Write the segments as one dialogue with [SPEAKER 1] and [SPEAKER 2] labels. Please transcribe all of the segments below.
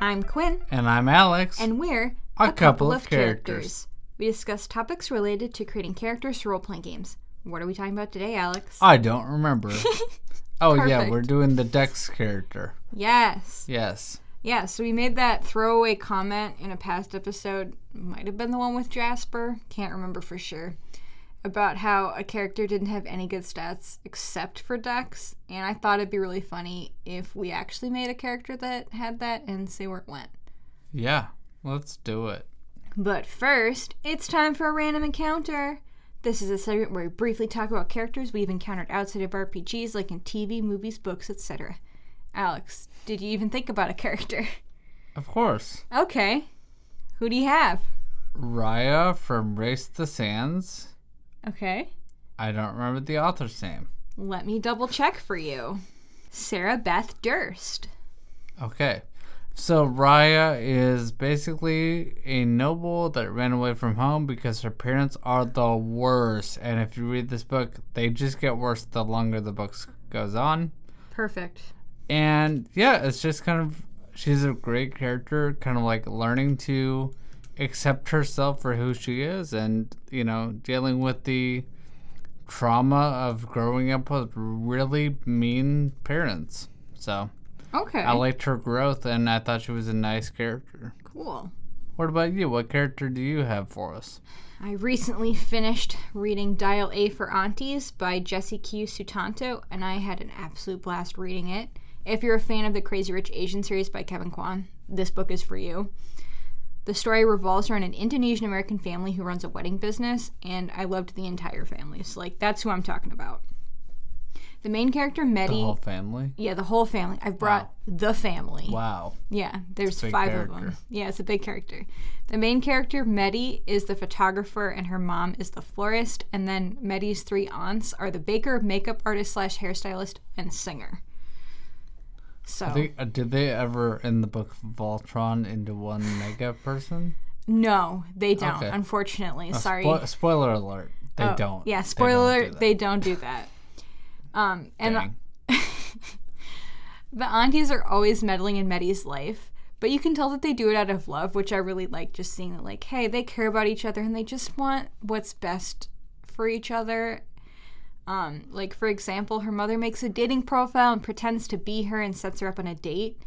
[SPEAKER 1] I'm Quinn,
[SPEAKER 2] And I'm Alex.
[SPEAKER 1] and we're
[SPEAKER 2] A couple of characters.
[SPEAKER 1] We discuss topics related to creating characters for role playing games. What are we talking about today, Alex?
[SPEAKER 2] I don't remember. oh, yeah,
[SPEAKER 1] Perfect.
[SPEAKER 2] we're doing the Dex character.
[SPEAKER 1] yes.
[SPEAKER 2] Yes.
[SPEAKER 1] Yeah, so we made that throwaway comment in a past episode, might have been the one with Jasper, can't remember for sure, about how a character didn't have any good stats except for dex. And I thought it'd be really funny if we actually made a character that had that and say where it went.
[SPEAKER 2] Yeah. Let's do it.
[SPEAKER 1] But first, it's time for a random encounter. This is a segment where we briefly talk about characters we've encountered outside of RPGs, like in TV, movies, books, etc. Alex, did you even think about a character?
[SPEAKER 2] Of course.
[SPEAKER 1] Okay. Who do you have?
[SPEAKER 2] Raya from Race the Sands.
[SPEAKER 1] Okay.
[SPEAKER 2] I don't remember the author's name.
[SPEAKER 1] Let me double check for you. Sarah Beth Durst.
[SPEAKER 2] Okay. So Raya is basically a noble that ran away from home because her parents are the worst. And if you read this book, they just get worse the longer the book goes on.
[SPEAKER 1] Perfect.
[SPEAKER 2] and yeah, it's just kind of she's a great character, kind of like learning to accept herself for who she is, and you know, dealing with the trauma of growing up with really mean parents. So
[SPEAKER 1] Okay.
[SPEAKER 2] I liked her growth, and I thought she was a nice character.
[SPEAKER 1] cool.
[SPEAKER 2] What about you? What character do you have for us?
[SPEAKER 1] I recently finished reading Dial A for Aunties by Jesse Q. Sutanto, and I had an absolute blast reading it. If you're a fan of the Crazy Rich Asian series by Kevin Kwan, this book is for you. The story revolves around an Indonesian American family who runs a wedding business, and I loved the entire family. So, like, that's who I'm talking about. The main character,
[SPEAKER 2] The
[SPEAKER 1] Medi.
[SPEAKER 2] whole family.
[SPEAKER 1] yeah, the whole family. I've brought the family.
[SPEAKER 2] Wow.
[SPEAKER 1] Yeah, there's
[SPEAKER 2] big
[SPEAKER 1] five of them.
[SPEAKER 2] character.
[SPEAKER 1] Yeah, it's a big character. The main character, Meddy, is the photographer, and her mom is the florist. And then Meddy's three aunts are the baker, makeup artist slash hairstylist, and singer. So
[SPEAKER 2] They, uh, did they ever in the book Voltron into one mega person?
[SPEAKER 1] no, they don't.
[SPEAKER 2] Okay.
[SPEAKER 1] Unfortunately, sorry.
[SPEAKER 2] Spo- spoiler alert. They
[SPEAKER 1] Oh,
[SPEAKER 2] don't.
[SPEAKER 1] Yeah,
[SPEAKER 2] They
[SPEAKER 1] spoiler
[SPEAKER 2] don't do
[SPEAKER 1] alert,
[SPEAKER 2] that.
[SPEAKER 1] they don't do that. Um, and
[SPEAKER 2] Dang.
[SPEAKER 1] The aunties are always meddling in Meddy's life, but you can tell that they do it out of love, which I really like just seeing that, like, hey, they care about each other and they just want what's best for each other. Um, like, for example, her mother makes a dating profile and pretends to be her and sets her up on a date.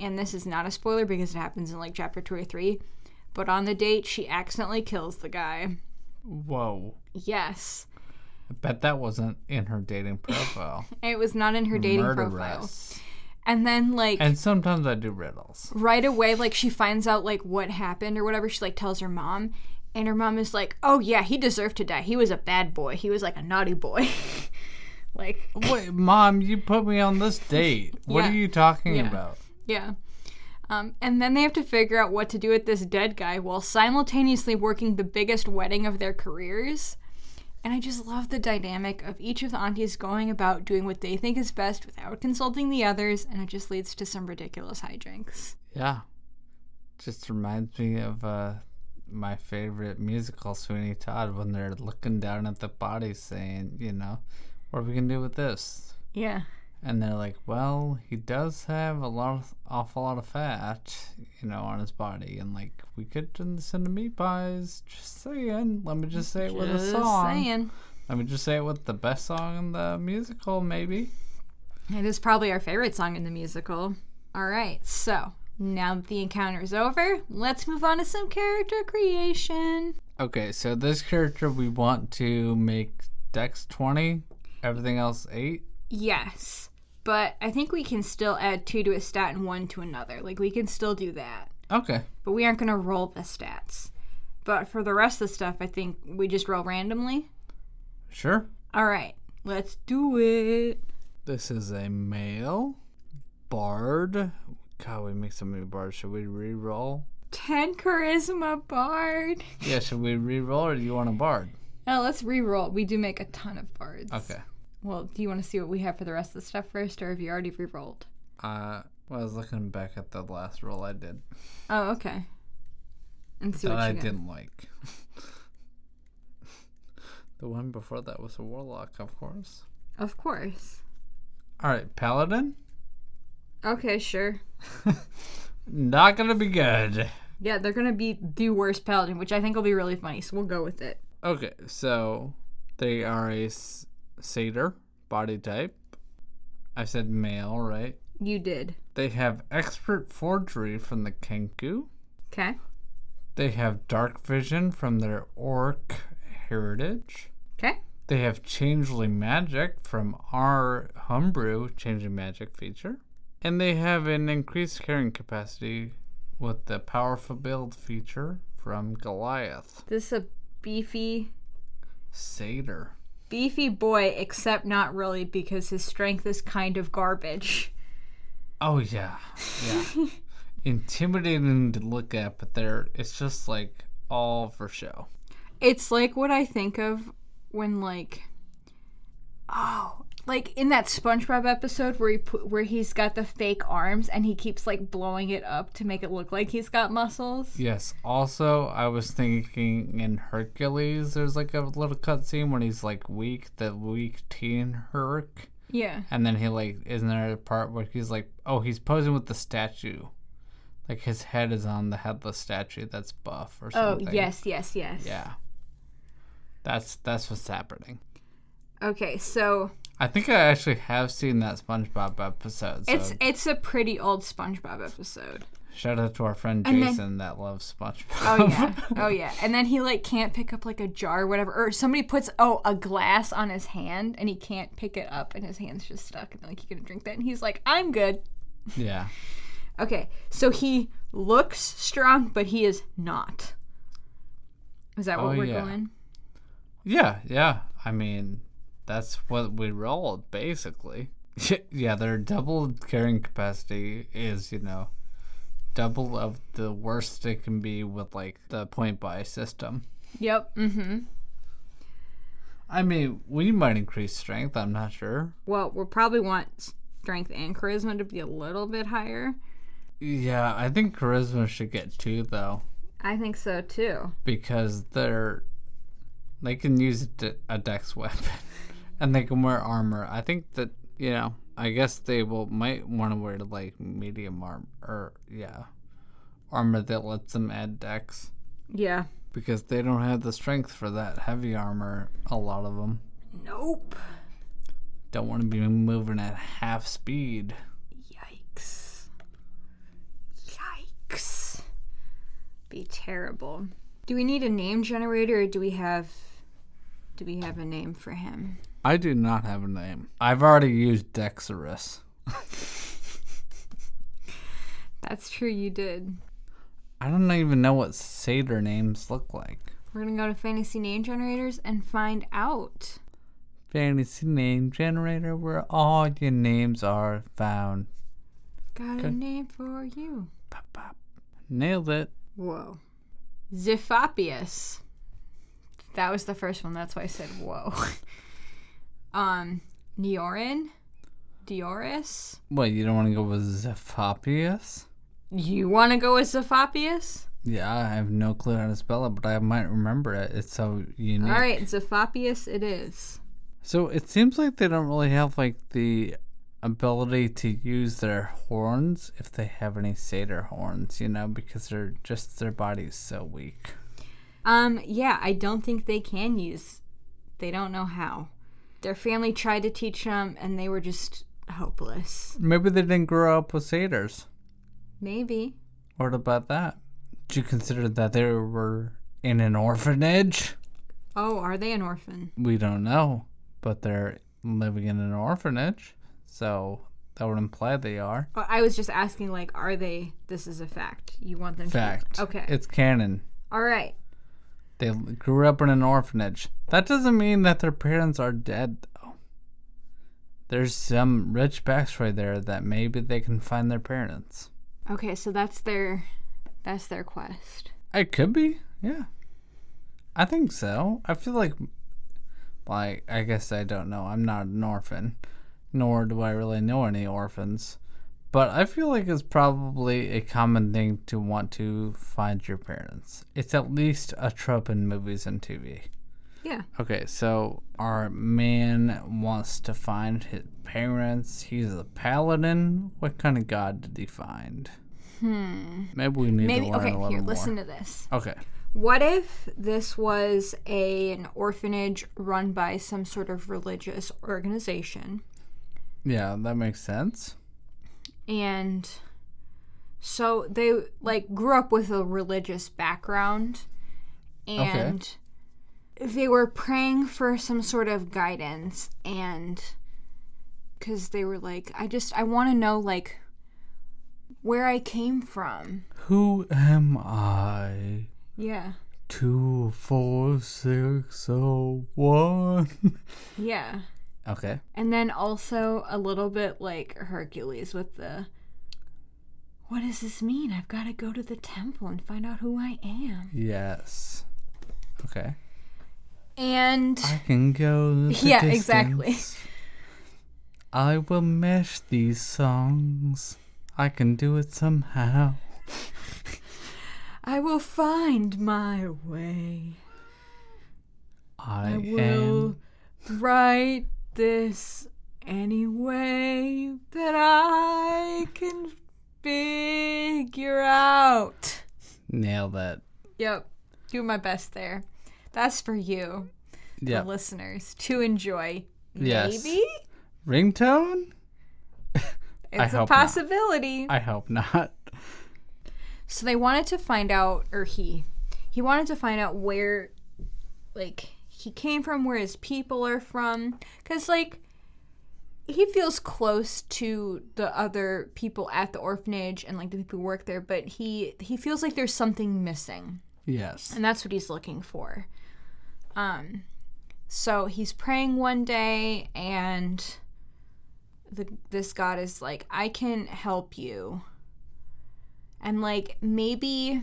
[SPEAKER 1] And this is not a spoiler because it happens in like chapter two or three. But on the date, she accidentally kills the guy.
[SPEAKER 2] Whoa.
[SPEAKER 1] Yes.
[SPEAKER 2] I bet that wasn't in her dating profile.
[SPEAKER 1] It was not in her dating profile.
[SPEAKER 2] Murderous.
[SPEAKER 1] And then, like,
[SPEAKER 2] And sometimes I do riddles.
[SPEAKER 1] right away like she finds out like what happened or whatever she like tells her mom and her mom is like oh yeah he deserved to die he was a bad boy he was like a naughty boy like
[SPEAKER 2] Wait, mom, you put me on this date. What
[SPEAKER 1] Yeah.
[SPEAKER 2] are you talking
[SPEAKER 1] Yeah.
[SPEAKER 2] about?
[SPEAKER 1] yeah um, and then they have to figure out what to do with this dead guy while simultaneously working the biggest wedding of their careers and i just love the dynamic of each of the aunties going about doing what they think is best without consulting the others and it just leads to some ridiculous hijinks
[SPEAKER 2] Yeah. Just reminds me of uh, my favorite musical, Sweeney Todd, when they're looking down at the body saying, you know, what are we going to do with this?
[SPEAKER 1] yeah
[SPEAKER 2] And they're like, well, he does have a lot of, awful lot of fat, you know, on his body. And like, we could turn this into meat pies. Just saying. Let me just say it with a
[SPEAKER 1] just
[SPEAKER 2] song.
[SPEAKER 1] saying
[SPEAKER 2] Let me just say it with the best song in the musical, maybe.
[SPEAKER 1] It is probably our favorite song in the musical. All right, so now that the encounter is over, let's move on to some character creation.
[SPEAKER 2] Okay, so this character we want to make Dex 20, everything else 8.
[SPEAKER 1] Yes, but I think we can still add two to a stat and one to another. Like, we can still do that,
[SPEAKER 2] Okay.
[SPEAKER 1] but we aren't going to roll the stats. But for the rest of the stuff, I think we just roll randomly.
[SPEAKER 2] Sure.
[SPEAKER 1] All right, let's do it.
[SPEAKER 2] This is a male bard. God, we make so many bards. Should we re roll?
[SPEAKER 1] 10 charisma bard.
[SPEAKER 2] Yeah, should we re roll or do you want a bard?
[SPEAKER 1] Oh, let's re roll. We do make a ton of bards.
[SPEAKER 2] Okay.
[SPEAKER 1] Well, do you want to see what we have for the rest of the stuff first, or have you already re rolled?
[SPEAKER 2] Uh, well, I was looking back at the last roll I did
[SPEAKER 1] Oh, okay. And see
[SPEAKER 2] that
[SPEAKER 1] what
[SPEAKER 2] I
[SPEAKER 1] you get.
[SPEAKER 2] didn't like. the one before that was a warlock, of course.
[SPEAKER 1] Of course.
[SPEAKER 2] All right, paladin.
[SPEAKER 1] Okay, sure.
[SPEAKER 2] not gonna be good.
[SPEAKER 1] Yeah, they're gonna be the worst paladin, which I think will be really funny. So we'll go with it.
[SPEAKER 2] Okay, so they are a s- satyr body type. I said male, right?
[SPEAKER 1] You did.
[SPEAKER 2] They have expert forgery from the Kenku.
[SPEAKER 1] Okay.
[SPEAKER 2] They have dark vision from their orc heritage.
[SPEAKER 1] Okay.
[SPEAKER 2] They have changeling magic from our Humbrew changing magic feature. And they have an increased carrying capacity with the powerful build feature from Goliath.
[SPEAKER 1] This is a beefy,
[SPEAKER 2] Satyr.
[SPEAKER 1] beefy boy, except not really because his strength is kind of garbage.
[SPEAKER 2] Oh yeah, yeah. Intimidating to look at, but they're it's just like all for show.
[SPEAKER 1] It's like what I think of when like oh, like in that SpongeBob episode where he put, where he's got the fake arms and he keeps like blowing it up to make it look like he's got muscles.
[SPEAKER 2] Yes. Also, I was thinking in Hercules, there's like a little cutscene when he's like weak, the weak teen Herc,
[SPEAKER 1] Yeah.
[SPEAKER 2] and then he like isn't there a part where he's like, oh, he's posing with the statue, like his head is on the headless statue that's buff or
[SPEAKER 1] Oh,
[SPEAKER 2] something.
[SPEAKER 1] yes, yes, yes.
[SPEAKER 2] Yeah. That's that's what's happening.
[SPEAKER 1] Okay, so
[SPEAKER 2] I think I actually have seen that SpongeBob episode. So
[SPEAKER 1] it's it's a pretty old SpongeBob episode.
[SPEAKER 2] shout out to our friend
[SPEAKER 1] And then-
[SPEAKER 2] Jason that loves SpongeBob.
[SPEAKER 1] Oh yeah. Oh yeah. And then he like can't pick up like a jar or whatever or somebody puts oh a glass on his hand and he can't pick it up and his hand's just stuck and like he can drink that and he's like I'm good.
[SPEAKER 2] yeah.
[SPEAKER 1] Okay. So he looks strong but he is not. Is that what
[SPEAKER 2] Oh,
[SPEAKER 1] we're
[SPEAKER 2] yeah.
[SPEAKER 1] going?
[SPEAKER 2] Yeah, yeah. I mean, that's what we rolled basically. yeah, their double carrying capacity is, you know, double of the worst it can be with like the point buy system.
[SPEAKER 1] Yep. Mhm.
[SPEAKER 2] I mean, we might increase strength, I'm not sure.
[SPEAKER 1] Well, we'll probably want strength and charisma to be a little bit higher.
[SPEAKER 2] Yeah, I think charisma should get 2 though.
[SPEAKER 1] I think so too.
[SPEAKER 2] because they're they can use de- a dex weapon and they can wear armor. I think that you know, I guess they will might want to wear like medium armor or yeah, armor that lets them add dex
[SPEAKER 1] Yeah.
[SPEAKER 2] because they don't have the strength for that heavy armor. A lot of them
[SPEAKER 1] Nope.
[SPEAKER 2] don't want to be moving at half speed.
[SPEAKER 1] Yikes. Yikes. Be terrible. Do we need a name generator or do we have do we have a name for him?
[SPEAKER 2] I do not have a name. I've already used Dexerus.
[SPEAKER 1] That's true you did.
[SPEAKER 2] I don't even know what satyr names look like.
[SPEAKER 1] We're gonna go to fantasy name generators and find out.
[SPEAKER 2] Fantasy name generator where all your names are found.
[SPEAKER 1] Got a name for you.
[SPEAKER 2] Pop, pop. Nailed it.
[SPEAKER 1] Whoa. Ziphopius. That was the first one, that's why I said whoa. um Neorin? Dioris?
[SPEAKER 2] Wait, you don't want to go with Zephopius?
[SPEAKER 1] You wanna go with Ziphopius?
[SPEAKER 2] Yeah, I have no clue how to spell it, but I might remember it. It's so unique.
[SPEAKER 1] All right, Zephopius it is.
[SPEAKER 2] So it seems like they don't really have like the ability to use their horns if they have any satyr horns, you know, because they're just their body's so weak.
[SPEAKER 1] Um, yeah, I don't think they can use. They don't know how. Their family tried to teach them, and they were just hopeless.
[SPEAKER 2] Maybe they didn't grow up with satyrs.
[SPEAKER 1] Maybe.
[SPEAKER 2] What about that? Did you consider that they were in an orphanage?
[SPEAKER 1] Oh, are they an orphan?
[SPEAKER 2] We don't know, but they're living in an orphanage, so that would imply they are.
[SPEAKER 1] Oh, I was just asking, like, are they? This is a fact. You want them
[SPEAKER 2] Fact.
[SPEAKER 1] to? Okay.
[SPEAKER 2] It's canon.
[SPEAKER 1] All right.
[SPEAKER 2] They l- grew up in an orphanage. That doesn't mean that their parents are dead, though. There's some rich backstory there that maybe they can find their parents.
[SPEAKER 1] Okay, so that's their, that's their quest.
[SPEAKER 2] It could be, yeah. I think so. I feel like, like I guess I don't know. I'm not an orphan, nor do I really know any orphans. But I feel like it's probably a common thing to want to find your parents. It's at least a trope in movies and TV.
[SPEAKER 1] Yeah.
[SPEAKER 2] Okay, so our man wants to find his parents. He's a paladin. What kind of god did he find? Maybe we need
[SPEAKER 1] Hmm. Maybe
[SPEAKER 2] to learn
[SPEAKER 1] okay.
[SPEAKER 2] a little
[SPEAKER 1] Here,
[SPEAKER 2] more.
[SPEAKER 1] listen to this.
[SPEAKER 2] Okay.
[SPEAKER 1] What if this was a an orphanage run by some sort of religious organization?
[SPEAKER 2] Yeah, that makes sense.
[SPEAKER 1] and so they like grew up with a religious background and they were praying for some sort of guidance and cuz they were like I just I want to know like where I came from.
[SPEAKER 2] Who am I?
[SPEAKER 1] Yeah.
[SPEAKER 2] Two, four, six, oh, one.
[SPEAKER 1] Yeah.
[SPEAKER 2] Okay.
[SPEAKER 1] And then also a little bit like Hercules with the what does this mean? I've got to go to the temple and find out who I am.
[SPEAKER 2] Yes. Okay.
[SPEAKER 1] And
[SPEAKER 2] I can go. The
[SPEAKER 1] Yeah, exactly.
[SPEAKER 2] distance. I will mesh these songs. I can do it somehow.
[SPEAKER 1] I will find my way.
[SPEAKER 2] I,
[SPEAKER 1] I will
[SPEAKER 2] am.
[SPEAKER 1] write this any way that I can figure out.
[SPEAKER 2] Nail that.
[SPEAKER 1] Yep, do my best there. That's for you,
[SPEAKER 2] Yeah.
[SPEAKER 1] the listeners, to enjoy.
[SPEAKER 2] Yes.
[SPEAKER 1] Maybe
[SPEAKER 2] Ringtone? I
[SPEAKER 1] it's a
[SPEAKER 2] hope not.
[SPEAKER 1] possibility.
[SPEAKER 2] I hope not.
[SPEAKER 1] So they wanted to find out, or he, he wanted to find out where, like, he came from, where his people are from. Because, like, he feels close to the other people at the orphanage and, like, the people who work there, but he, he feels like there's something missing.
[SPEAKER 2] Yes.
[SPEAKER 1] And that's what he's looking for. Um, so he's praying one day, and the, this god is like, I can help you. And like, maybe,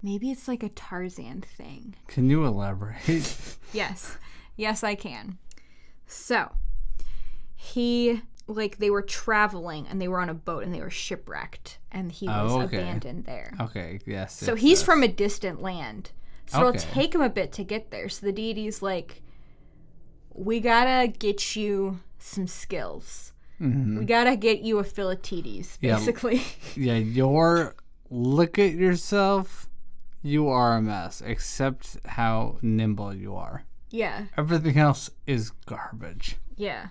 [SPEAKER 1] maybe it's like a Tarzan thing.
[SPEAKER 2] Can you elaborate?
[SPEAKER 1] Yes. Yes, I can. So, he like they were traveling and they were on a boat and they were shipwrecked and he was
[SPEAKER 2] Oh, okay.
[SPEAKER 1] abandoned there.
[SPEAKER 2] okay. Yes.
[SPEAKER 1] So
[SPEAKER 2] yes,
[SPEAKER 1] he's
[SPEAKER 2] yes.
[SPEAKER 1] from a distant land. So it'll
[SPEAKER 2] Okay.
[SPEAKER 1] take him a bit to get there. So the deity's like, we gotta get you some skills. We gotta get you a Philatides,
[SPEAKER 2] Mm-hmm. Yeah.
[SPEAKER 1] basically.
[SPEAKER 2] Yeah, you're. Look at yourself. You are a mess, except how nimble you are.
[SPEAKER 1] Yeah.
[SPEAKER 2] Everything else is garbage.
[SPEAKER 1] yeah.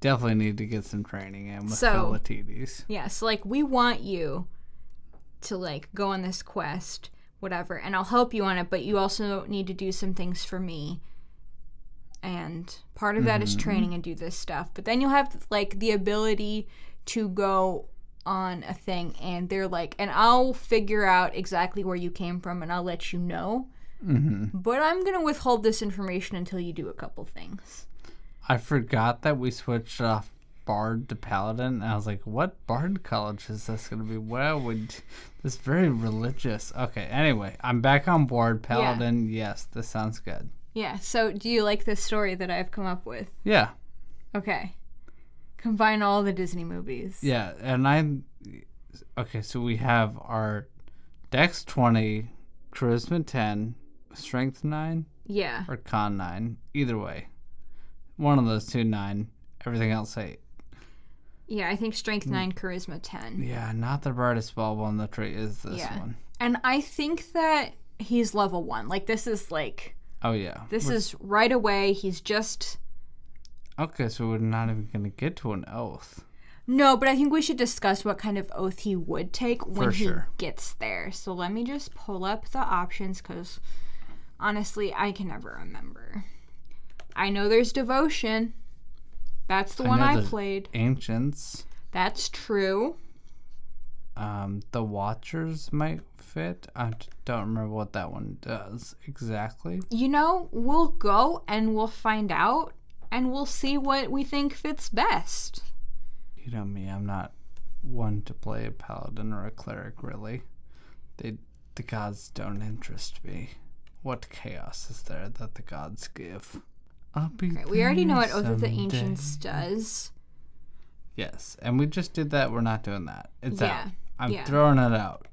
[SPEAKER 2] Definitely need to get some training in with
[SPEAKER 1] So-
[SPEAKER 2] Philotides.
[SPEAKER 1] Yeah. So, like, we want you to, like, go on this quest, whatever, and I'll help you on it, but you also need to do some things for me. And part of that is training and do this stuff. But then you'll have, like, the ability to go on a thing, and they're like, and I'll figure out exactly where you came from and I'll let you know. But I'm going to withhold this information until you do a couple things.
[SPEAKER 2] I forgot that we switched off Bard to Paladin, and I was like, what Bard college is this going to be? Well, would this very religious. Okay, anyway, I'm back on board. Paladin, yes, this sounds good.
[SPEAKER 1] Yeah. So, do you like this story that I've come up with?
[SPEAKER 2] Yeah,
[SPEAKER 1] Okay. Combine all the Disney movies.
[SPEAKER 2] yeah, and I'm. Okay, so we have our Dex 20, Charisma 10, Strength 9,
[SPEAKER 1] Yeah.
[SPEAKER 2] or con nine. Either way, one of those two nine. Everything else eight.
[SPEAKER 1] Yeah, I think strength 9, charisma 10.
[SPEAKER 2] Mm. Yeah, not the brightest bulb on the tree is this
[SPEAKER 1] Yeah.
[SPEAKER 2] one.
[SPEAKER 1] And I think that he's level 1. Like this is like
[SPEAKER 2] Oh yeah.
[SPEAKER 1] this is right away he's just
[SPEAKER 2] Okay, so we're not even gonna get to an oath.
[SPEAKER 1] No, but I think we should discuss what kind of oath he would take when
[SPEAKER 2] For
[SPEAKER 1] he
[SPEAKER 2] sure.
[SPEAKER 1] gets there. So let me just pull up the options cuz honestly, I can never remember. I know there's devotion. That's the one
[SPEAKER 2] know
[SPEAKER 1] I
[SPEAKER 2] there's-
[SPEAKER 1] played.
[SPEAKER 2] Ancients,
[SPEAKER 1] That's true.
[SPEAKER 2] um, the Watchers might fit. I d- don't remember what that one does exactly.
[SPEAKER 1] you know, we'll go and we'll find out and we'll see what we think fits best.
[SPEAKER 2] You know me, I'm not one to play a paladin or a cleric really. They the gods don't interest me. What chaos is there that the gods give? I'll be
[SPEAKER 1] Right, we already know what
[SPEAKER 2] there
[SPEAKER 1] Oath of the
[SPEAKER 2] someday.
[SPEAKER 1] Ancients does.
[SPEAKER 2] Yes, and we just did that. We're not doing that. It's
[SPEAKER 1] Yeah,
[SPEAKER 2] out. I'm
[SPEAKER 1] yeah.
[SPEAKER 2] throwing it out.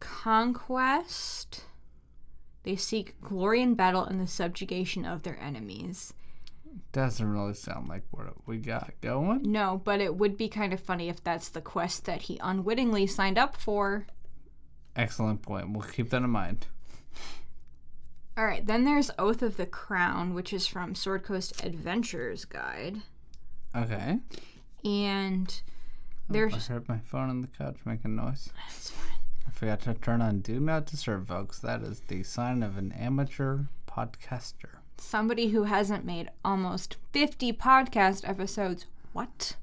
[SPEAKER 1] Conquest. They seek glory in battle and the subjugation of their enemies.
[SPEAKER 2] Doesn't really sound like what we got going.
[SPEAKER 1] No, but it would be kind of funny if that's the quest that he unwittingly signed up for.
[SPEAKER 2] Excellent point. We'll keep that in mind.
[SPEAKER 1] All right, then there's Oath of the Crown, which is from Sword Coast Adventures Guide.
[SPEAKER 2] Okay.
[SPEAKER 1] And
[SPEAKER 2] I
[SPEAKER 1] there's.
[SPEAKER 2] heard my phone on the couch making noise.
[SPEAKER 1] That's fine.
[SPEAKER 2] I forgot to turn on Do Not Disturb, folks. That is the sign of an amateur podcaster.
[SPEAKER 1] Somebody who hasn't made almost 50 podcast episodes. What?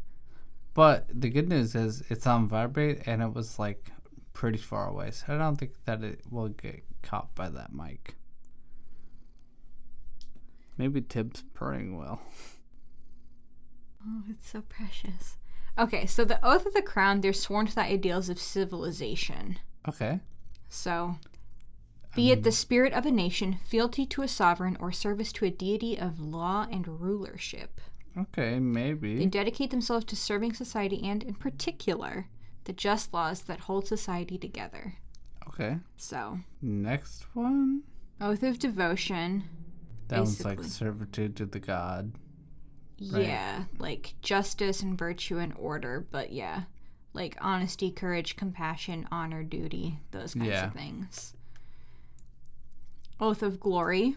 [SPEAKER 2] But the good news is it's on vibrate and it was like pretty far away, so I don't think that it will get caught by that mic. Maybe Tibbs purring will.
[SPEAKER 1] Oh, it's so precious. Okay, so the Oath of the Crown, they're sworn to the ideals of civilization.
[SPEAKER 2] Okay.
[SPEAKER 1] So, be it the spirit of a nation, fealty to a sovereign, or service to a deity of law and rulership.
[SPEAKER 2] Okay,
[SPEAKER 1] They
[SPEAKER 2] maybe.
[SPEAKER 1] dedicate themselves to serving society and, in particular, the just laws that hold society together.
[SPEAKER 2] Okay.
[SPEAKER 1] So,
[SPEAKER 2] Next one.
[SPEAKER 1] oath of devotion.
[SPEAKER 2] That one's like
[SPEAKER 1] Basically.
[SPEAKER 2] servitude to the god. Right.
[SPEAKER 1] Yeah, like justice and virtue and order, but yeah, like honesty, courage, compassion, honor, duty, those kinds
[SPEAKER 2] Yeah.
[SPEAKER 1] of things. Oath of glory.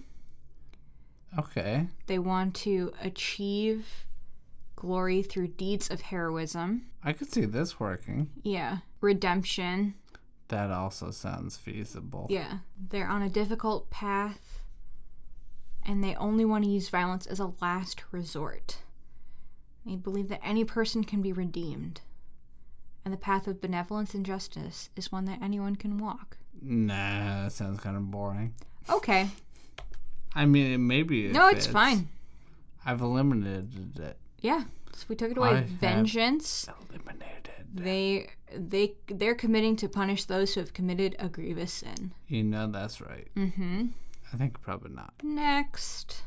[SPEAKER 2] Okay.
[SPEAKER 1] They want to achieve glory through deeds of heroism.
[SPEAKER 2] I could see this working.
[SPEAKER 1] Yeah. Redemption.
[SPEAKER 2] That also sounds feasible.
[SPEAKER 1] Yeah. They're on a difficult path and they only want to use violence as a last resort. They believe that any person can be redeemed. And the path of benevolence and justice is one that anyone can walk.
[SPEAKER 2] Nah, that sounds kind of boring.
[SPEAKER 1] Okay.
[SPEAKER 2] I mean, it maybe.
[SPEAKER 1] No, it's fine.
[SPEAKER 2] I've eliminated it.
[SPEAKER 1] Yeah. So we took it away.
[SPEAKER 2] I have-
[SPEAKER 1] Vengeance.
[SPEAKER 2] Eliminated.
[SPEAKER 1] They they they're committing to punish those who have committed a grievous sin.
[SPEAKER 2] You know that's right.
[SPEAKER 1] Mm-hmm.
[SPEAKER 2] I think probably not.
[SPEAKER 1] Next,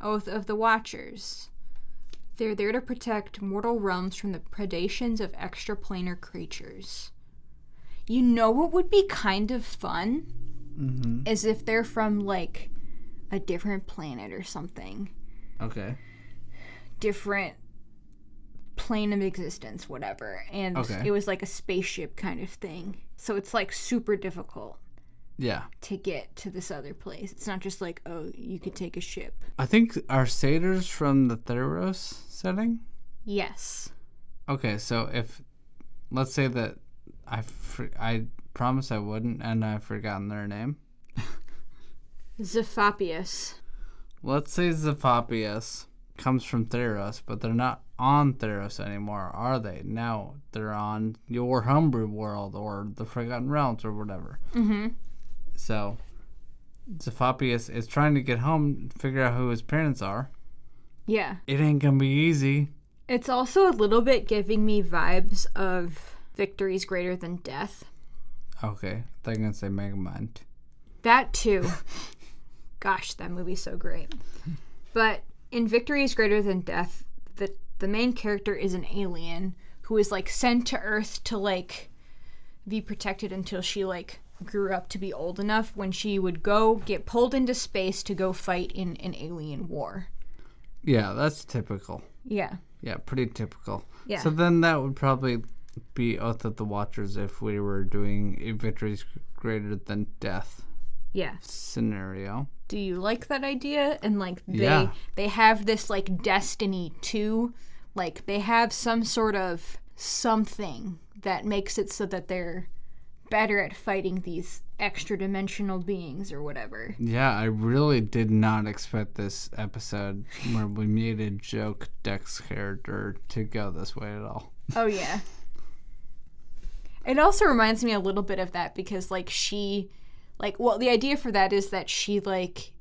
[SPEAKER 1] Oath of the Watchers. They're there to protect mortal realms from the predations of extraplanar creatures. You know what would be kind of fun
[SPEAKER 2] Mm-hmm.
[SPEAKER 1] is if they're from like a different planet or something,
[SPEAKER 2] Okay.
[SPEAKER 1] different plane of existence, whatever. And
[SPEAKER 2] Okay.
[SPEAKER 1] it was like a spaceship kind of thing. So it's like super difficult
[SPEAKER 2] Yeah.
[SPEAKER 1] to get to this other place. It's not just like, oh, you could take a ship.
[SPEAKER 2] I think our satyrs from the Theros setting.
[SPEAKER 1] Yes.
[SPEAKER 2] Okay, so if let's say that I fr- I promise I wouldn't, and I've forgotten their name.
[SPEAKER 1] Zephapius.
[SPEAKER 2] Let's say Zephapius comes from Theros, but they're not on Theros anymore, are they? Now they're on your homebrew world or the Forgotten Realms or whatever.
[SPEAKER 1] Mm-hmm.
[SPEAKER 2] So Zephapius is trying to get home, figure out who his parents are.
[SPEAKER 1] Yeah.
[SPEAKER 2] It ain't gonna be easy.
[SPEAKER 1] It's also a little bit giving me vibes of victories greater than death.
[SPEAKER 2] Okay, they're gonna say Megamind.
[SPEAKER 1] That too. Gosh, that movie's so great. But in Victories Greater Than Death, the the main character is an alien who is like sent to Earth to like be protected until she like grew up to be old enough when she would go get pulled into space to go fight in an alien war.
[SPEAKER 2] Yeah, that's typical.
[SPEAKER 1] Yeah.
[SPEAKER 2] Yeah, pretty typical.
[SPEAKER 1] Yeah.
[SPEAKER 2] So then that would probably be Oath of the Watchers if we were doing a victories greater than death
[SPEAKER 1] Yeah.
[SPEAKER 2] scenario.
[SPEAKER 1] do you like that idea and like they
[SPEAKER 2] Yeah.
[SPEAKER 1] they have this like destiny too like they have some sort of something that makes it so that they're better at fighting these extra dimensional beings or whatever
[SPEAKER 2] Yeah, I really did not expect this episode where we made a joke Dex character to go this way at all.
[SPEAKER 1] oh yeah it also reminds me a little bit of that because like she like well the idea for that is that she like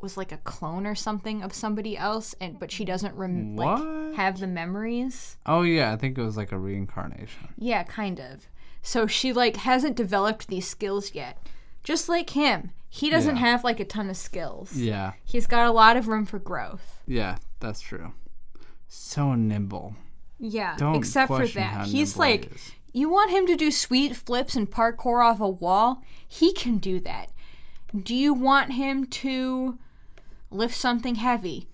[SPEAKER 1] was like a clone or something of somebody else and but she doesn't rem- like
[SPEAKER 2] What?
[SPEAKER 1] have the memories
[SPEAKER 2] Oh yeah, I think it was like a reincarnation.
[SPEAKER 1] Yeah, kind of. So she like hasn't developed these skills yet. Just like him, he doesn't
[SPEAKER 2] Yeah.
[SPEAKER 1] have like a ton of skills.
[SPEAKER 2] Yeah,
[SPEAKER 1] He's got a lot of room for growth.
[SPEAKER 2] yeah, that's true. So nimble.
[SPEAKER 1] Yeah,
[SPEAKER 2] Don't
[SPEAKER 1] except for
[SPEAKER 2] question how
[SPEAKER 1] that. He's
[SPEAKER 2] nimble he
[SPEAKER 1] like
[SPEAKER 2] is.
[SPEAKER 1] you want him to do sweet flips and parkour off a wall? He can do that. Do you want him to lift something heavy?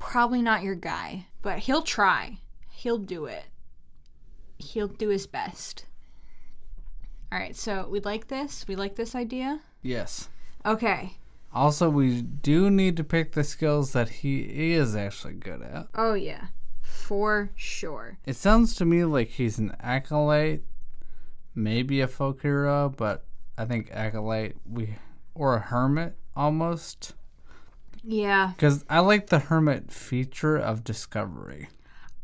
[SPEAKER 1] probably not your guy, but he'll try. He'll do it. He'll do his best. All right, so we like this. We like this idea.
[SPEAKER 2] Yes.
[SPEAKER 1] Okay.
[SPEAKER 2] Also, we do need to pick the skills that he is actually good at.
[SPEAKER 1] Oh, yeah. For sure.
[SPEAKER 2] It sounds to me like he's an acolyte, maybe a folk hero, but I think acolyte we or a hermit almost.
[SPEAKER 1] Yeah.
[SPEAKER 2] Because I like the hermit feature of discovery.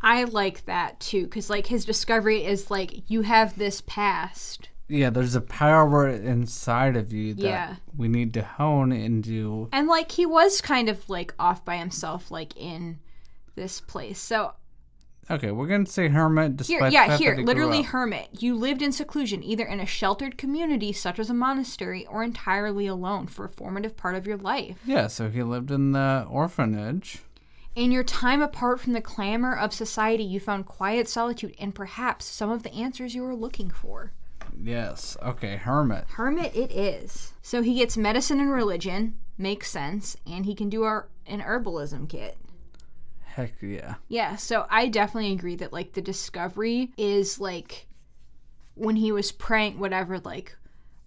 [SPEAKER 1] I like that too, because like his discovery is like you have this past,
[SPEAKER 2] Yeah, there's a power inside of you that
[SPEAKER 1] Yeah.
[SPEAKER 2] we need to hone into.
[SPEAKER 1] and like he was kind of like off by himself, like in this place. So
[SPEAKER 2] Okay, we're gonna say hermit
[SPEAKER 1] here,
[SPEAKER 2] despite the
[SPEAKER 1] yeah,
[SPEAKER 2] fact
[SPEAKER 1] here,
[SPEAKER 2] that he
[SPEAKER 1] literally
[SPEAKER 2] grew up.
[SPEAKER 1] hermit. You lived in seclusion, either in a sheltered community such as a monastery, or entirely alone for a formative part of your life.
[SPEAKER 2] Yeah, so he lived in the orphanage.
[SPEAKER 1] In your time apart from the clamor of society, you found quiet solitude and perhaps some of the answers you were looking for.
[SPEAKER 2] Yes. Okay, hermit.
[SPEAKER 1] Hermit it is. So he gets medicine and religion, makes sense, and he can do our, an herbalism kit.
[SPEAKER 2] Heck yeah.
[SPEAKER 1] Yeah, so I definitely agree that like the discovery is like when he was praying whatever like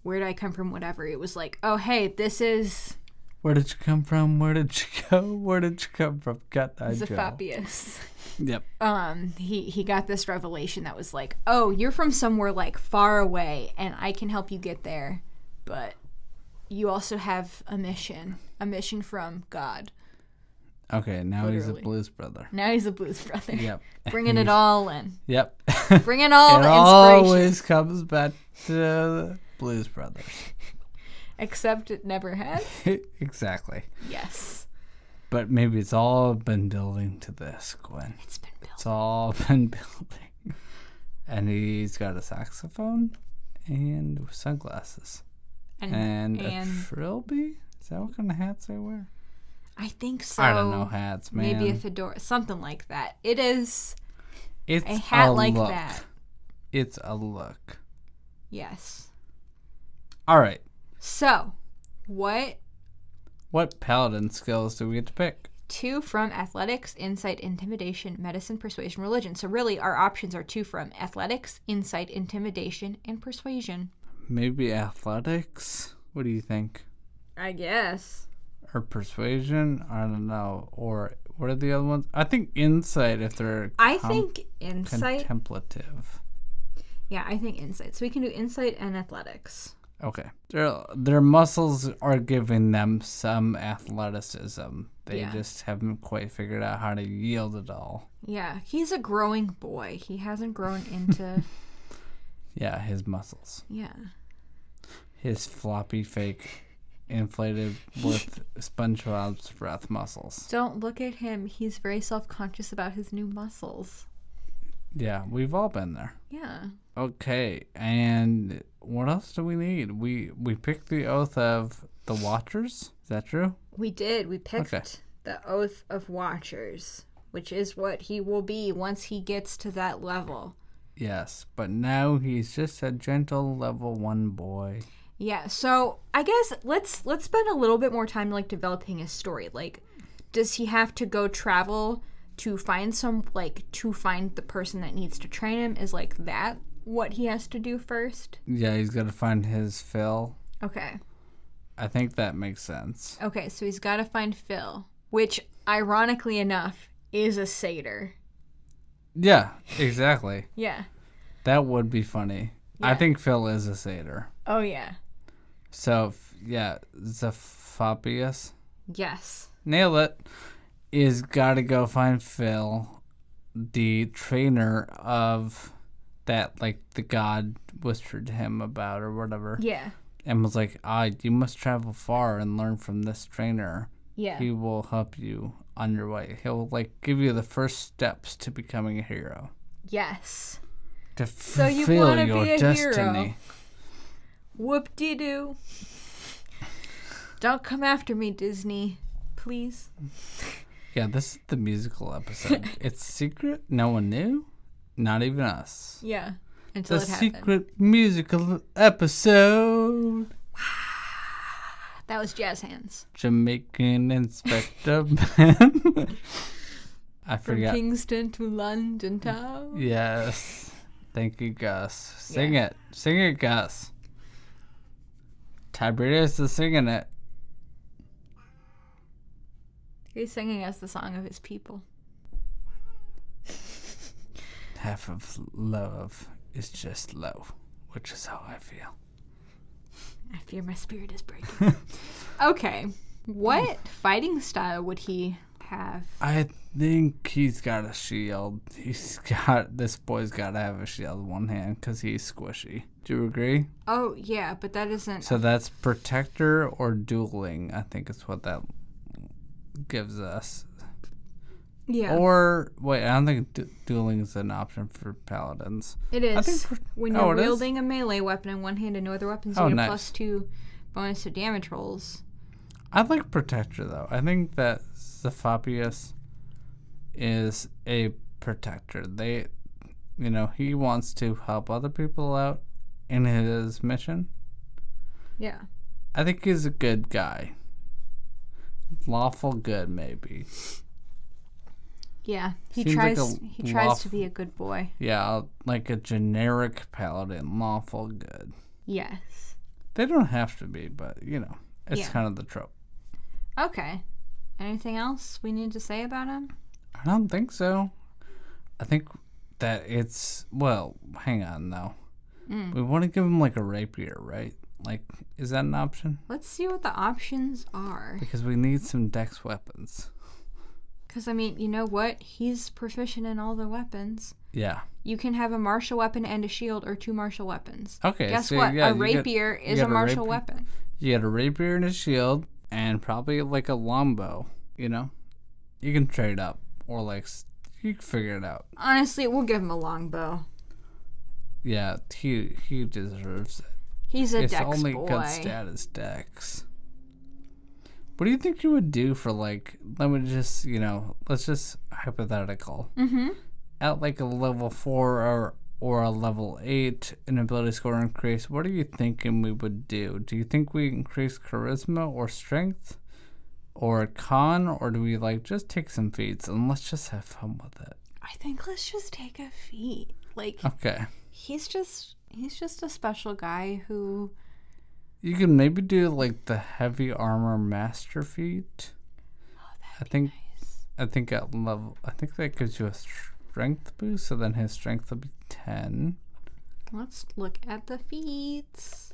[SPEAKER 1] where did I come from whatever it was like, "Oh, hey, this is
[SPEAKER 2] Where did you come from? Where did you go? Where did you come from? Got that job.
[SPEAKER 1] Zephapius."
[SPEAKER 2] Yep.
[SPEAKER 1] Um, he he got this revelation that was like, "Oh, you're from somewhere like far away and I can help you get there, but you also have a mission, a mission from God."
[SPEAKER 2] Okay, now he's
[SPEAKER 1] Literally.
[SPEAKER 2] a blues brother.
[SPEAKER 1] Now he's a blues brother.
[SPEAKER 2] Yep.
[SPEAKER 1] Bringing it all in.
[SPEAKER 2] Yep.
[SPEAKER 1] Bringing all
[SPEAKER 2] it
[SPEAKER 1] the inspiration.
[SPEAKER 2] always comes back to the blues brothers.
[SPEAKER 1] Except it never has.
[SPEAKER 2] exactly.
[SPEAKER 1] Yes.
[SPEAKER 2] But maybe it's all been building to this, Gwen.
[SPEAKER 1] It's been built.
[SPEAKER 2] It's all been building. And he's got a saxophone and sunglasses.
[SPEAKER 1] And,
[SPEAKER 2] And, a
[SPEAKER 1] and-
[SPEAKER 2] trilby? Is that what kind of hats they wear?
[SPEAKER 1] I think so.
[SPEAKER 2] I don't know hats, man.
[SPEAKER 1] Maybe a fedora, something like that. It is
[SPEAKER 2] it's
[SPEAKER 1] a hat
[SPEAKER 2] a
[SPEAKER 1] like
[SPEAKER 2] look.
[SPEAKER 1] that.
[SPEAKER 2] It's a look.
[SPEAKER 1] Yes.
[SPEAKER 2] All right.
[SPEAKER 1] So, what
[SPEAKER 2] What paladin skills do we get to pick?
[SPEAKER 1] two from athletics, insight, intimidation, medicine, persuasion, religion. So really, our options are two from athletics, insight, intimidation, and persuasion.
[SPEAKER 2] Maybe athletics? What do you think?
[SPEAKER 1] I guess.
[SPEAKER 2] Or persuasion? I don't know. Or what are the other ones? I think insight if they're
[SPEAKER 1] I
[SPEAKER 2] com-
[SPEAKER 1] think insight.
[SPEAKER 2] contemplative.
[SPEAKER 1] Yeah, I think insight. So we can do insight and athletics.
[SPEAKER 2] Okay. Their their muscles are giving them some athleticism. They
[SPEAKER 1] Yeah.
[SPEAKER 2] just haven't quite figured out how to yield it all.
[SPEAKER 1] Yeah, he's a growing boy. He hasn't grown into.
[SPEAKER 2] Yeah, his muscles.
[SPEAKER 1] yeah.
[SPEAKER 2] His floppy fake inflated with SpongeBob's breath muscles.
[SPEAKER 1] Don't look at him. He's very self conscious about his new muscles.
[SPEAKER 2] Yeah, we've all been there.
[SPEAKER 1] Yeah.
[SPEAKER 2] Okay, and what else do we need? We we picked the oath of the Watchers. Is that true?
[SPEAKER 1] We did. We picked
[SPEAKER 2] Okay.
[SPEAKER 1] the Oath of Watchers, which is what he will be once he gets to that level.
[SPEAKER 2] Yes, but now he's just a gentle level one boy.
[SPEAKER 1] Yeah, so I guess let's let's spend a little bit more time like developing his story. Like does he have to go travel to find some like to find the person that needs to train him is like that what he has to do first?
[SPEAKER 2] Yeah, he's got to find his fill.
[SPEAKER 1] Okay.
[SPEAKER 2] I think that makes sense.
[SPEAKER 1] Okay, so he's got to find Phil, which ironically enough is a satyr.
[SPEAKER 2] Yeah, exactly.
[SPEAKER 1] Yeah.
[SPEAKER 2] that would be funny. I
[SPEAKER 1] Yeah.
[SPEAKER 2] think Phil is a satyr.
[SPEAKER 1] Oh yeah.
[SPEAKER 2] So f- yeah, Zephapius,
[SPEAKER 1] Yes.
[SPEAKER 2] nail it. Is gotta go find Phil, the trainer of that like the god whispered to him about or whatever,
[SPEAKER 1] Yeah.
[SPEAKER 2] and was like, "Ah, you must travel far and learn from this trainer.
[SPEAKER 1] Yeah.
[SPEAKER 2] He will help you on your way. He'll like give you the first steps to becoming a hero."
[SPEAKER 1] yes.
[SPEAKER 2] To
[SPEAKER 1] you
[SPEAKER 2] fulfill
[SPEAKER 1] wanna
[SPEAKER 2] your
[SPEAKER 1] be a hero.
[SPEAKER 2] destiny.
[SPEAKER 1] Whoop de doo. Don't come after me, Disney. Please.
[SPEAKER 2] Yeah, this is the musical episode. it's secret. No one knew. Not even us.
[SPEAKER 1] Yeah. Until
[SPEAKER 2] the
[SPEAKER 1] it happened.
[SPEAKER 2] secret musical episode.
[SPEAKER 1] That was jazz hands.
[SPEAKER 2] Jamaican Inspector Man. I Mm.
[SPEAKER 1] From
[SPEAKER 2] forget.
[SPEAKER 1] Kingston to London town.
[SPEAKER 2] Yes. Thank you, Gus. Sing it. Sing it, Gus. Tiberius is singing it.
[SPEAKER 1] He's singing us the song of his people.
[SPEAKER 2] Half of love is just low, which is how I feel.
[SPEAKER 1] I fear my spirit is breaking. okay. What fighting style would he have?
[SPEAKER 2] I think he's got a shield. He's got this boy's got to have a shield in one hand because he's squishy. Do you agree?
[SPEAKER 1] Oh, yeah, but that isn't.
[SPEAKER 2] So that's protector or dueling. I think is what that gives us.
[SPEAKER 1] Yeah,
[SPEAKER 2] Or wait, I don't think du- dueling is an option for paladins.
[SPEAKER 1] it is.
[SPEAKER 2] I think for-
[SPEAKER 1] when
[SPEAKER 2] oh,
[SPEAKER 1] you're
[SPEAKER 2] it is?
[SPEAKER 1] wielding a melee weapon in one hand and no other weapons,
[SPEAKER 2] Oh,
[SPEAKER 1] you get
[SPEAKER 2] nice.
[SPEAKER 1] a plus two bonus to damage rolls.
[SPEAKER 2] I like protector though. I think that Zephabius is a protector. They, you know, he wants to help other people out in his mission.
[SPEAKER 1] Yeah.
[SPEAKER 2] I think he's a good guy. Lawful good, maybe.
[SPEAKER 1] Yeah, he
[SPEAKER 2] Seems like
[SPEAKER 1] tries.
[SPEAKER 2] a
[SPEAKER 1] he tries to
[SPEAKER 2] lawf-
[SPEAKER 1] be a good boy.
[SPEAKER 2] Yeah, like a generic paladin, lawful good.
[SPEAKER 1] Yes.
[SPEAKER 2] They don't have to be, but you know, it's
[SPEAKER 1] Yeah.
[SPEAKER 2] kind of the trope.
[SPEAKER 1] Okay. Anything else we need to say about him?
[SPEAKER 2] I don't think so. I think that it's well. Hang on though. We want to give him like a rapier, right? Like, is that an option?
[SPEAKER 1] Let's see what the options are.
[SPEAKER 2] Because we need some dex weapons.
[SPEAKER 1] Because I mean, you know what? He's proficient in all the weapons.
[SPEAKER 2] Yeah.
[SPEAKER 1] You can have a martial weapon and a shield, or two martial weapons.
[SPEAKER 2] Okay.
[SPEAKER 1] Guess
[SPEAKER 2] so,
[SPEAKER 1] what? a
[SPEAKER 2] yeah, you get-
[SPEAKER 1] rapier is
[SPEAKER 2] get
[SPEAKER 1] a
[SPEAKER 2] a
[SPEAKER 1] martial
[SPEAKER 2] rapier.
[SPEAKER 1] weapon.
[SPEAKER 2] You get a rapier and a shield, and probably like a longbow. You know, you can trade up, or like s- you can figure it out.
[SPEAKER 1] Honestly, we'll give him a longbow.
[SPEAKER 2] Yeah, he he deserves it.
[SPEAKER 1] He's a
[SPEAKER 2] His
[SPEAKER 1] dex
[SPEAKER 2] only
[SPEAKER 1] boy.
[SPEAKER 2] good stat is dex. What do you think you would do for like? Let me just you know, let's just hypothetical
[SPEAKER 1] Mm-hmm.
[SPEAKER 2] at like a level four or or a level eight, an ability score increase. What are you thinking we would do? Do you think we increase charisma or strength, or con, or do we like just take some feats and let's just have fun with it?
[SPEAKER 1] I think let's just take a feat. Like
[SPEAKER 2] Okay.
[SPEAKER 1] he's just he's just a special guy who
[SPEAKER 2] You can maybe do like the heavy armor master feat.
[SPEAKER 1] Oh,
[SPEAKER 2] I think I think at level I think that gives you a strength boost, so then his strength will be ten.
[SPEAKER 1] Let's look at the feats.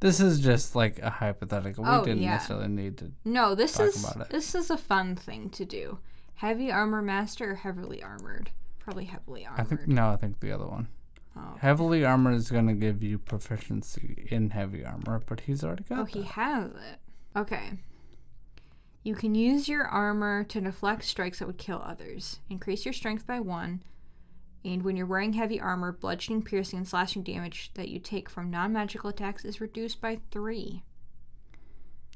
[SPEAKER 2] This is just like a hypothetical. We
[SPEAKER 1] Oh,
[SPEAKER 2] didn't
[SPEAKER 1] yeah.
[SPEAKER 2] necessarily need to
[SPEAKER 1] No, this
[SPEAKER 2] Talk
[SPEAKER 1] is
[SPEAKER 2] about it.
[SPEAKER 1] this is a fun thing to do. Heavy armor master or heavily armored? Probably heavily
[SPEAKER 2] I
[SPEAKER 1] armored.
[SPEAKER 2] think no, I think the other one.
[SPEAKER 1] Oh.
[SPEAKER 2] Heavily armor is gonna give you proficiency in heavy armor, but he's already got
[SPEAKER 1] Oh, he has it. Okay. You can use your armor to deflect strikes that would kill others. Increase your strength by one. And when you're wearing heavy armor, bludgeoning, piercing, and slashing damage that you take from non magical attacks is reduced by three.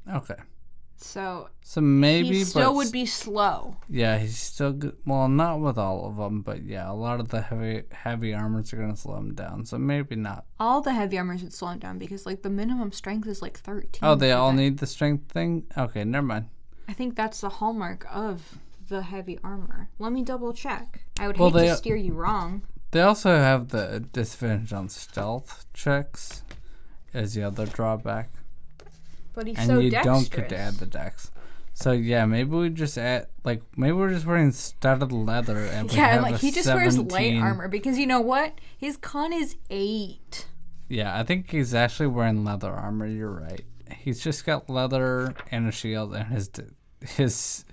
[SPEAKER 2] that. Okay.
[SPEAKER 1] So
[SPEAKER 2] So maybe
[SPEAKER 1] he
[SPEAKER 2] but
[SPEAKER 1] still
[SPEAKER 2] s-
[SPEAKER 1] would be slow.
[SPEAKER 2] Yeah, he's still good. Well, not with all of them, but yeah, a lot of the heavy heavy armors are gonna slow him down. So maybe not.
[SPEAKER 1] All the heavy armors would slow him down because like the minimum strength is like thirteen.
[SPEAKER 2] Oh, they
[SPEAKER 1] for
[SPEAKER 2] all
[SPEAKER 1] that.
[SPEAKER 2] need the strength thing. Okay, never mind.
[SPEAKER 1] I think that's the hallmark of the heavy armor. Let me double check. I would
[SPEAKER 2] Well,
[SPEAKER 1] hate
[SPEAKER 2] they-
[SPEAKER 1] to steer you wrong.
[SPEAKER 2] They also have the disadvantage on stealth checks as the other drawback,
[SPEAKER 1] But he's
[SPEAKER 2] and
[SPEAKER 1] so
[SPEAKER 2] you
[SPEAKER 1] dexterous.
[SPEAKER 2] don't get to add the dex. So yeah, maybe we just add like maybe we're just wearing studded leather and we
[SPEAKER 1] Yeah,
[SPEAKER 2] have
[SPEAKER 1] and, like
[SPEAKER 2] a
[SPEAKER 1] he just
[SPEAKER 2] 17.
[SPEAKER 1] wears light armor because you know what? His con is eight.
[SPEAKER 2] Yeah, I think he's actually wearing leather armor. You're right. He's just got leather and a shield, and his d- his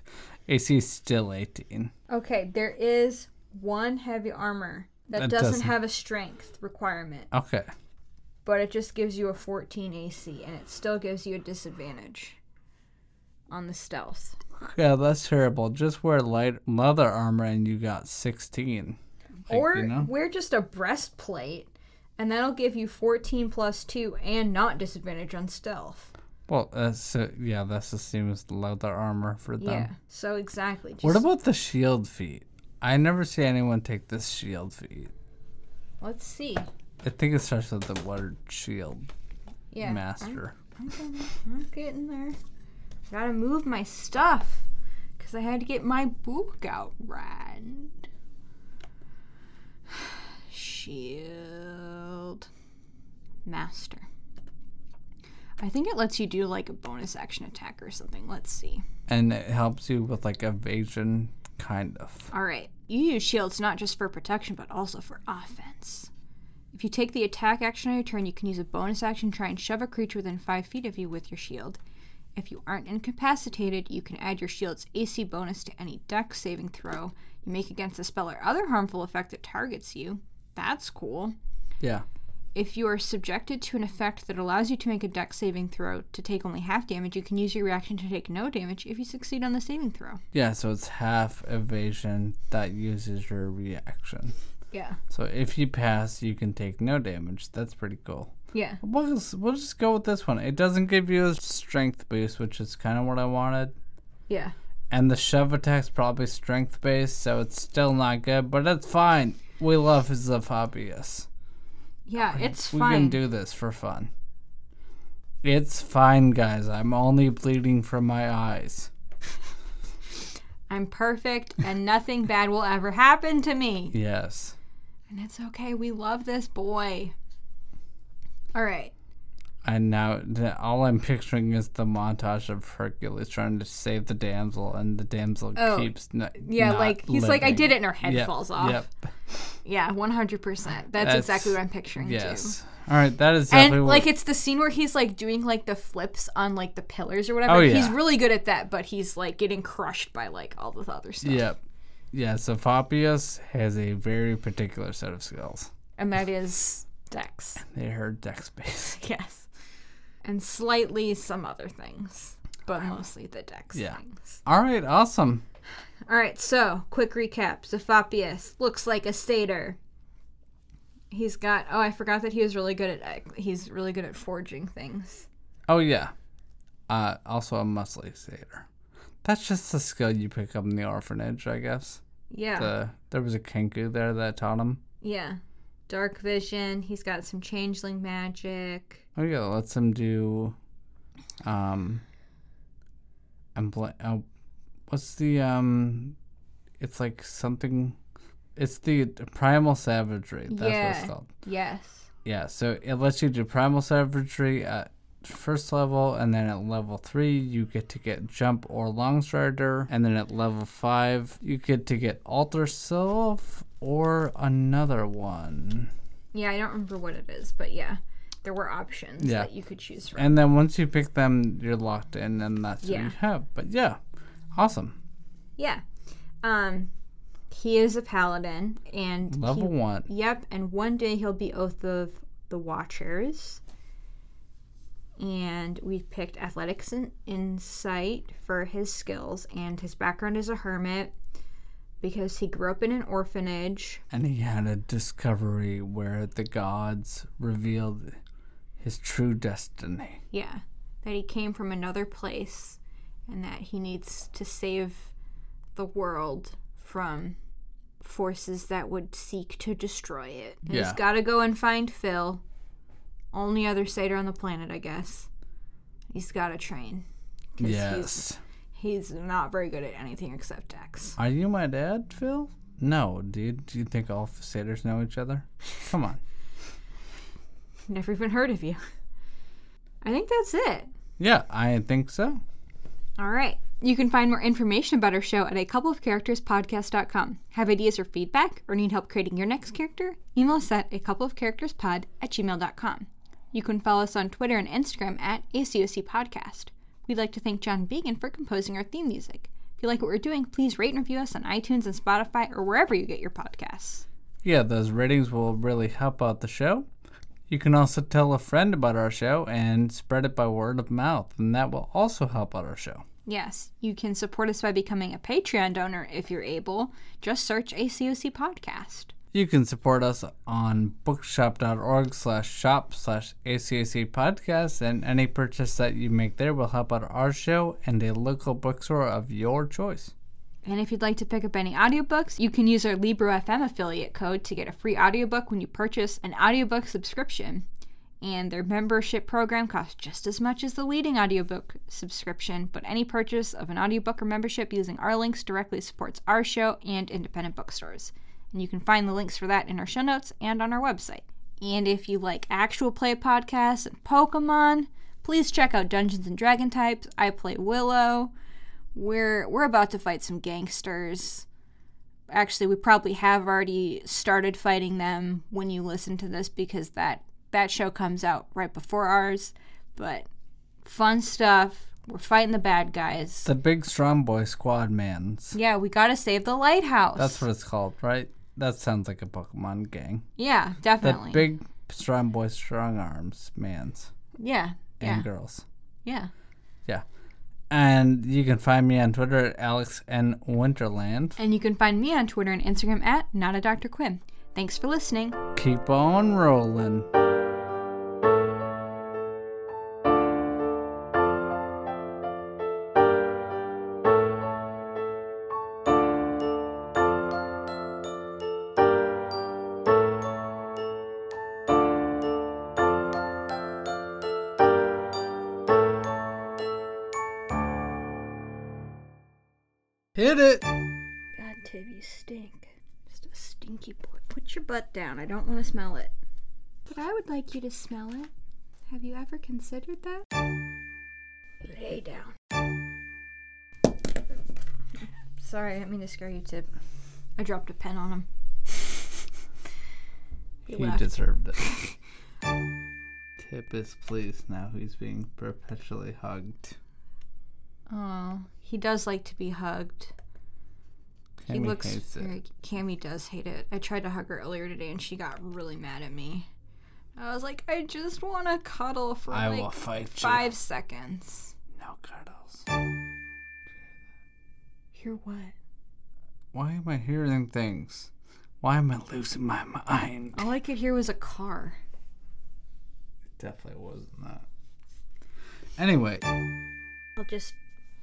[SPEAKER 2] AC is still 18.
[SPEAKER 1] Okay, there is one heavy armor that,
[SPEAKER 2] That
[SPEAKER 1] doesn't,
[SPEAKER 2] doesn't-
[SPEAKER 1] have a strength requirement,
[SPEAKER 2] Okay.
[SPEAKER 1] but it just gives you a 14 AC and it still gives you a disadvantage on the stealth.
[SPEAKER 2] Yeah, that's terrible. Just wear light leather armor, and you got 16. Like,
[SPEAKER 1] or
[SPEAKER 2] you know?
[SPEAKER 1] wear just a breastplate and that'll give you 14 plus 2 and not disadvantage on stealth.
[SPEAKER 2] Well, uh, so yeah, that's the same as leather armor for them.
[SPEAKER 1] Yeah. So exactly. Just,
[SPEAKER 2] What about the shield feat? I never see anyone take this shield feat.
[SPEAKER 1] let's see.
[SPEAKER 2] I think it starts with the word shield
[SPEAKER 1] Yeah.
[SPEAKER 2] master.
[SPEAKER 1] I'm getting there. Gotta move my stuff. Because because I had to get my book out read. Shield. Master. I think it lets you do like a bonus action attack or something. Let's see.
[SPEAKER 2] And it helps you with like evasion, kind of.
[SPEAKER 1] All right. You use shields not just for protection, but also for offense. If you take the attack action on your turn, you can use a bonus action to try and shove a creature within five feet of you with your shield. If you aren't incapacitated, you can add your shield's AC bonus to any deck saving throw you make against a spell or other harmful effect that targets you. That's cool.
[SPEAKER 2] Yeah.
[SPEAKER 1] If you are subjected to an effect that allows you to make a deck saving throw to take only half damage, you can use your reaction to take no damage if you succeed on the saving throw.
[SPEAKER 2] Yeah, so it's half evasion that uses your reaction.
[SPEAKER 1] Yeah.
[SPEAKER 2] So if you pass, you can take no damage. That's pretty cool.
[SPEAKER 1] Yeah.
[SPEAKER 2] We'll just, we'll just go with this one. It doesn't give you a strength boost, which is kind of what I wanted.
[SPEAKER 1] Yeah.
[SPEAKER 2] And the shove attack's probably strength based, so it's still not good, but that's fine. We love the obvious.
[SPEAKER 1] Yeah, it's
[SPEAKER 2] We
[SPEAKER 1] fine.
[SPEAKER 2] can do this for fun. It's fine, guys. I'm only bleeding from my eyes.
[SPEAKER 1] I'm perfect and nothing bad will ever happen to me.
[SPEAKER 2] Yes.
[SPEAKER 1] And it's okay. We love this boy. All right.
[SPEAKER 2] And now the, all I'm picturing is the montage of Hercules trying to save the damsel, and the damsel
[SPEAKER 1] Oh,
[SPEAKER 2] keeps n-
[SPEAKER 1] Yeah,
[SPEAKER 2] not
[SPEAKER 1] like he's like, I
[SPEAKER 2] living.
[SPEAKER 1] did it, and her head
[SPEAKER 2] Yep,
[SPEAKER 1] falls off.
[SPEAKER 2] Yep.
[SPEAKER 1] Yeah, one hundred percent. That's
[SPEAKER 2] That's-
[SPEAKER 1] exactly what I'm picturing too.
[SPEAKER 2] Yes. All right. That is definitely
[SPEAKER 1] And
[SPEAKER 2] what-
[SPEAKER 1] like it's the scene where he's like doing like the flips on like the pillars or whatever.
[SPEAKER 2] Oh,
[SPEAKER 1] He's
[SPEAKER 2] yeah.
[SPEAKER 1] really good at that, but he's like getting crushed by like all the other stuff.
[SPEAKER 2] Yep. Yeah, so Papias has a very particular set of skills.
[SPEAKER 1] And that is Dex.
[SPEAKER 2] They heard deck space.
[SPEAKER 1] Yes. And slightly some other things. But mostly the Dex
[SPEAKER 2] Yeah.
[SPEAKER 1] things.
[SPEAKER 2] All right, awesome.
[SPEAKER 1] All right, so quick recap. Zephopius looks like a satyr. He's got. Oh, I forgot that he was really good at. uh, He's really good at forging things.
[SPEAKER 2] Oh yeah. Uh, also a muscle satyr. That's just the skill you pick up in the orphanage, I guess.
[SPEAKER 1] Yeah,
[SPEAKER 2] The there was a kenku there that taught him.
[SPEAKER 1] yeah. Dark vision. He's got some changeling magic.
[SPEAKER 2] Oh yeah, lets him do. Um. I'm bl- oh, what's the um? It's like something. It's the primal savagery. That's what
[SPEAKER 1] Yeah.
[SPEAKER 2] it's called.
[SPEAKER 1] Yes.
[SPEAKER 2] Yeah, so it lets you do primal savagery at first level, and then at level three, you get to get jump or long strider, and then at level five, you get to get alter self or another one.
[SPEAKER 1] Yeah, I don't remember what it is, but yeah, there were options
[SPEAKER 2] Yeah.
[SPEAKER 1] that you could choose from.
[SPEAKER 2] And then once you pick them, you're locked in, and that's what
[SPEAKER 1] Yeah.
[SPEAKER 2] you have. But yeah, awesome.
[SPEAKER 1] yeah. Um, he is a paladin, and he
[SPEAKER 2] Level one.
[SPEAKER 1] Yep, and one day he'll be Oath of the Watchers. And we've picked athletics and insight for his skills, and his background is a hermit because he grew up in an orphanage.
[SPEAKER 2] And he had a discovery where the gods revealed his true destiny.
[SPEAKER 1] Yeah, that he came from another place and that he needs to save the world from forces that would seek to destroy it. And He's
[SPEAKER 2] Yeah.
[SPEAKER 1] got to go and find Phil, only other satyr on the planet, I guess. He's got to train. 'cause He's,
[SPEAKER 2] Yes.
[SPEAKER 1] he's not very good at anything except Dex.
[SPEAKER 2] Are you my dad, Phil? No, dude. Do you think all satyrs know each other? Come on.
[SPEAKER 1] Never even heard of you. I think that's it.
[SPEAKER 2] Yeah, I think so.
[SPEAKER 1] All right. You can find more information about our show at a couple of characters podcast.com. Have ideas or feedback or need help creating your next character? Email us at a couple of characters pod at gmail.com. You can follow us on Twitter and Instagram at ACOC Podcast. We'd like to thank John Began for composing our theme music. If you like what we're doing, please rate and review us on iTunes and Spotify or wherever you get your podcasts.
[SPEAKER 2] Yeah, those ratings will really help out the show. You can also tell a friend about our show and spread it by word of mouth, and that will also help out our show.
[SPEAKER 1] Yes, you can support us by becoming a Patreon donor if you're able. Just search ACOC Podcast.
[SPEAKER 2] You can support us on bookshop.org slash shop slash ACAC podcast, and any purchase that you make there will help out our show and a local bookstore of your choice.
[SPEAKER 1] And if you'd like to pick up any audiobooks, you can use our Libro FM affiliate code to get a free audiobook when you purchase an audiobook subscription. and their membership program costs just as much as the leading audiobook subscription, but any purchase of an audiobook or membership using our links directly supports our show and independent bookstores. And you can find the links for that in our show notes and on our website. And if you like actual play podcasts and Pokemon, please check out Dungeons and Dragon Types. I play Willow. We're we're about to fight some gangsters. Actually, we probably have already started fighting them when you listen to this because that that show comes out right before ours. But fun stuff. We're fighting the bad guys.
[SPEAKER 2] The big strong boy squad mans.
[SPEAKER 1] yeah, we gotta save the lighthouse.
[SPEAKER 2] That's what it's called, right? That sounds like a Pokemon gang.
[SPEAKER 1] Yeah,
[SPEAKER 2] The
[SPEAKER 1] definitely.
[SPEAKER 2] big strong boy strong arms mans
[SPEAKER 1] yeah,
[SPEAKER 2] and
[SPEAKER 1] yeah,
[SPEAKER 2] girls.
[SPEAKER 1] yeah.
[SPEAKER 2] Yeah. And you can find me on Twitter at Alex and Winterland.
[SPEAKER 1] And you can find me on Twitter and Instagram at not a Dr. Quinn. Thanks for listening.
[SPEAKER 2] Keep on rolling. Hit it!
[SPEAKER 1] God, Tim, you stink. Just a stinky boy. Put your butt down. I don't want to smell it. But I would like you to smell it. Have you ever considered that? Lay down. Sorry, I didn't mean to scare you, Tip. I dropped a pen on him. He
[SPEAKER 2] He
[SPEAKER 1] laughed.
[SPEAKER 2] deserved it. Tip is pleased now he's being perpetually hugged.
[SPEAKER 1] Oh, he does like to be hugged. He
[SPEAKER 2] Kimmy
[SPEAKER 1] looks
[SPEAKER 2] hates it.
[SPEAKER 1] very. Cammy does hate it. I tried to hug her earlier today, and she got really mad at me. I was like, I just want to cuddle for
[SPEAKER 2] I will
[SPEAKER 1] like
[SPEAKER 2] fight
[SPEAKER 1] five seconds.
[SPEAKER 2] you. No cuddles.
[SPEAKER 1] Hear what?
[SPEAKER 2] Why am I hearing things? Why am I losing my mind?
[SPEAKER 1] All I could hear was a car.
[SPEAKER 2] Definitely wasn't that. Anyway,
[SPEAKER 1] I'll just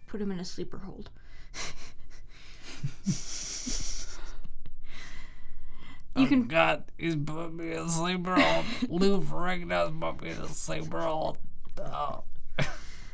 [SPEAKER 1] put him in a sleeper hold. You
[SPEAKER 2] you
[SPEAKER 1] can-
[SPEAKER 2] can. God, he's put me in a sleep roll. Lou Ferrigno's put me in a sleep roll. Oh.